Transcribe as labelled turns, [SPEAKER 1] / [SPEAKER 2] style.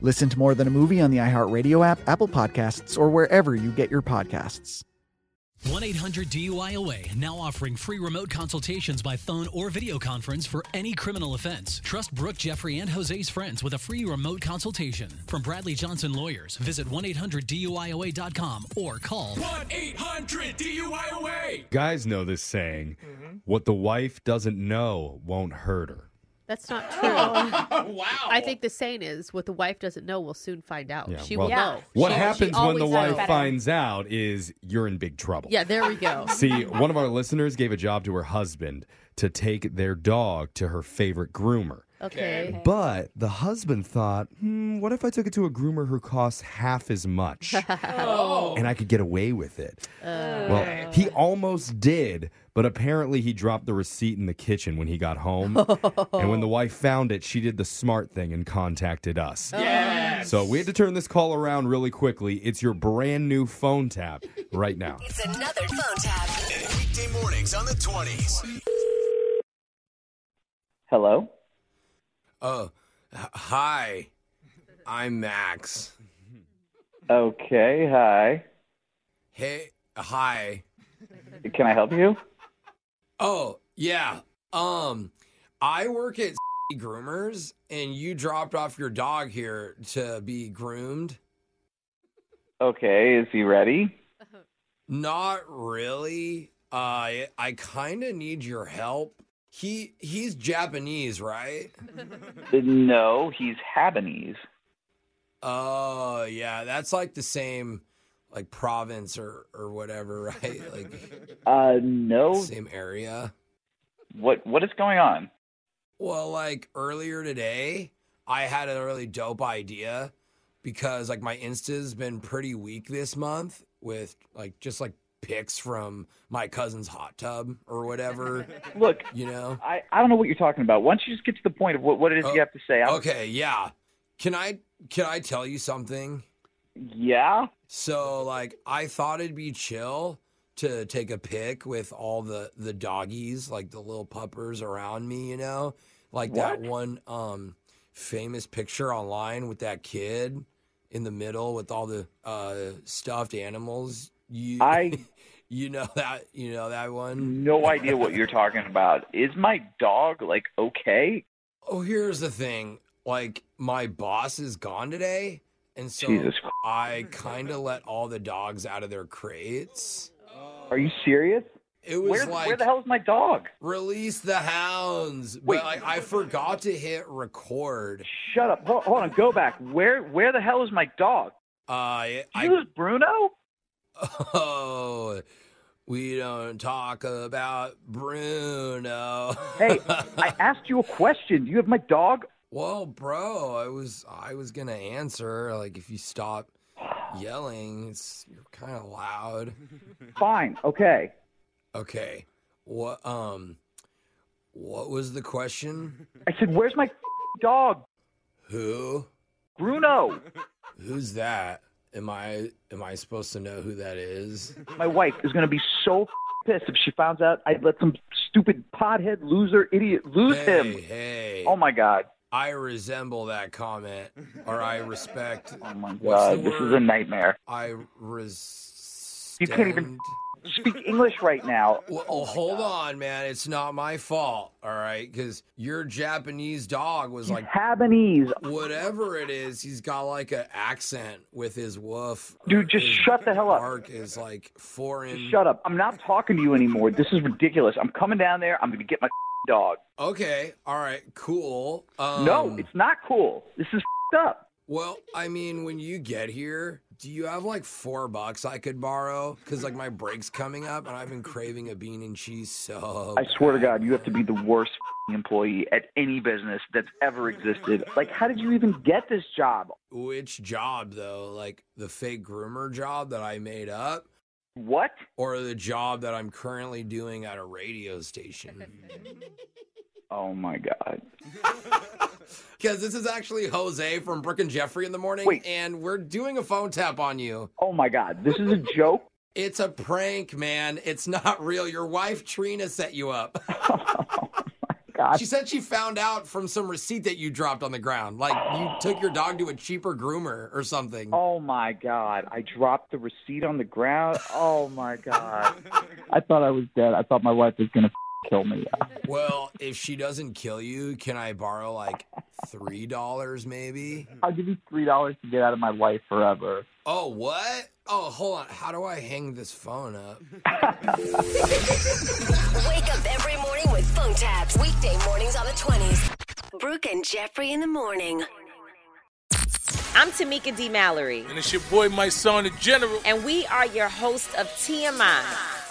[SPEAKER 1] Listen to More Than a Movie on the iHeartRadio app, Apple Podcasts, or wherever you get your podcasts.
[SPEAKER 2] 1 800 DUIOA now offering free remote consultations by phone or video conference for any criminal offense. Trust Brooke, Jeffrey, and Jose's friends with a free remote consultation. From Bradley Johnson Lawyers, visit 1 800 DUIOA.com or call
[SPEAKER 3] 1 800 DUIOA.
[SPEAKER 4] Guys know this saying what the wife doesn't know won't hurt her.
[SPEAKER 5] That's not true.
[SPEAKER 3] wow.
[SPEAKER 5] I think the saying is what the wife doesn't know will soon find out. she
[SPEAKER 4] well,
[SPEAKER 5] will know.
[SPEAKER 4] What
[SPEAKER 5] She- she
[SPEAKER 4] happens when the
[SPEAKER 5] always
[SPEAKER 4] wife
[SPEAKER 5] knows.
[SPEAKER 4] finds out is you're in big trouble.
[SPEAKER 5] Yeah, there we go.
[SPEAKER 4] See, one of our listeners gave a job to her husband to take their dog to her favorite groomer.
[SPEAKER 5] Okay.
[SPEAKER 4] But the husband thought, hmm, what if I took it to a groomer who costs half as much and I could get away with it? Well, he almost did, but apparently he dropped the receipt in the kitchen when he got home. and when the wife found it, she did the smart thing and contacted us.
[SPEAKER 3] Yes.
[SPEAKER 4] So we had to turn this call around really quickly. It's your brand new phone tap right now.
[SPEAKER 6] Hello?
[SPEAKER 7] Uh, hi. I'm Max.
[SPEAKER 6] Okay, hi.
[SPEAKER 7] Hey, hi.
[SPEAKER 6] Can I help you?
[SPEAKER 7] Oh, yeah. Um, I work at Groomers, and you dropped off your dog here to be groomed.
[SPEAKER 6] Okay, is he ready?
[SPEAKER 7] Not really. Uh, I, I kind of need your help. He he's Japanese, right?
[SPEAKER 6] No, he's Habanese.
[SPEAKER 7] Oh, yeah, that's like the same like province or or whatever, right? Like
[SPEAKER 6] Uh, no.
[SPEAKER 7] same area.
[SPEAKER 6] What What is going on?
[SPEAKER 7] Well, like earlier today, I had a really dope idea because like my Insta's been pretty weak this month with like just like pics from my cousin's hot tub or whatever,
[SPEAKER 6] Look,
[SPEAKER 7] you know.
[SPEAKER 6] I, I don't know what you're talking about. Why don't you just get to the point of what, what it is
[SPEAKER 7] Oh,
[SPEAKER 6] you have to say? I'm-
[SPEAKER 7] Okay, yeah. Can I can I tell you something?
[SPEAKER 6] Yeah?
[SPEAKER 7] So like I thought it'd be chill to take a pic with all the the doggies, like the little puppers around me, you know? Like that
[SPEAKER 6] What?
[SPEAKER 7] one um famous picture online with that kid in the middle with all the uh stuffed animals. You
[SPEAKER 6] I-
[SPEAKER 7] you know that you know that one?
[SPEAKER 6] No idea what you're talking about. Is my dog, like, okay?
[SPEAKER 7] Oh, here's the thing. Like my boss is gone today, and so
[SPEAKER 6] Jesus Christ.
[SPEAKER 7] I kind of let all the dogs out of their crates.
[SPEAKER 6] Are you serious?
[SPEAKER 7] It was
[SPEAKER 6] Where,
[SPEAKER 7] like
[SPEAKER 6] where the hell is my dog?
[SPEAKER 7] release the hounds.
[SPEAKER 6] Wait.
[SPEAKER 7] But like, I forgot to hit record.
[SPEAKER 6] Shut up. Hold, hold on. Go back. Where where the hell is my dog?
[SPEAKER 7] Uh, I,
[SPEAKER 6] Did you lose Bruno?
[SPEAKER 7] oh, we don't talk about Bruno.
[SPEAKER 6] Hey, I asked you a question. Do you have my dog?
[SPEAKER 7] well, bro, I was I was gonna answer. Like if you stop yelling, it's you're kind of loud.
[SPEAKER 6] Fine. Okay.
[SPEAKER 7] Okay. What um what was the question?
[SPEAKER 6] I said, where's my dog?
[SPEAKER 7] Who?
[SPEAKER 6] Bruno.
[SPEAKER 7] Who's that?
[SPEAKER 6] Am I am I supposed to know who that is?
[SPEAKER 1] My wife is going to be so pissed if she finds out I let some stupid pothead loser idiot lose
[SPEAKER 6] Hey,
[SPEAKER 1] him.
[SPEAKER 6] hey.
[SPEAKER 1] Oh my god.
[SPEAKER 6] I resemble that comment, or I respect. Oh my
[SPEAKER 1] God, Uh, this is a nightmare.
[SPEAKER 6] I res.
[SPEAKER 1] You can't even speak English right now.
[SPEAKER 6] Well, hold on, man. It's not my fault, all right? Because your Japanese dog was like
[SPEAKER 1] Habanese.
[SPEAKER 6] whatever it is. He's got like an accent with his woof.
[SPEAKER 1] Dude, just shut the hell up.
[SPEAKER 6] Bark is like foreign.
[SPEAKER 1] Shut up. I'm not talking to you anymore. This is ridiculous. I'm coming down there. I'm going to get my dog.
[SPEAKER 6] Okay, all right, cool. Um,
[SPEAKER 1] no, it's not cool. This is up.
[SPEAKER 6] Well, I mean, when you get here, do you have like four bucks I could borrow? Because like my break's coming up, and I've been craving a bean and cheese
[SPEAKER 7] uh,
[SPEAKER 6] so.
[SPEAKER 1] I swear to God, you have to be the worst employee at any business that's ever existed. Like, how did you even get this job?
[SPEAKER 6] Which job though? Like the fake groomer job that I made up?
[SPEAKER 1] What?
[SPEAKER 6] Or the job that I'm currently doing at a radio station?
[SPEAKER 1] Oh my God.
[SPEAKER 6] Because this is actually Jose from Brooke and Jeffrey in the morning, and we're doing a phone tap on you.
[SPEAKER 1] Oh my God. This is a joke.
[SPEAKER 6] It's a prank, man. It's not real. Your wife Trina set you up.
[SPEAKER 1] God.
[SPEAKER 6] She said she found out from some receipt that you dropped on the ground. Like you took your dog to a cheaper groomer or something.
[SPEAKER 1] Oh my God. I dropped the receipt on the ground. Oh my God. I thought I was dead. I thought my wife was going to kill me.
[SPEAKER 6] Well, if she doesn't kill you, can I borrow like three dollars maybe?
[SPEAKER 1] I'll give you $3 to get out of my life forever.
[SPEAKER 6] Oh what? Oh hold on. How do I hang this phone up?
[SPEAKER 8] Wake up every morning with phone taps. Weekday mornings on the 20s. Brooke and Jeffrey in the morning.
[SPEAKER 9] I'm Tamika D. Mallory.
[SPEAKER 10] And it's your boy, my son, the general.
[SPEAKER 9] And we are your hosts of TMI.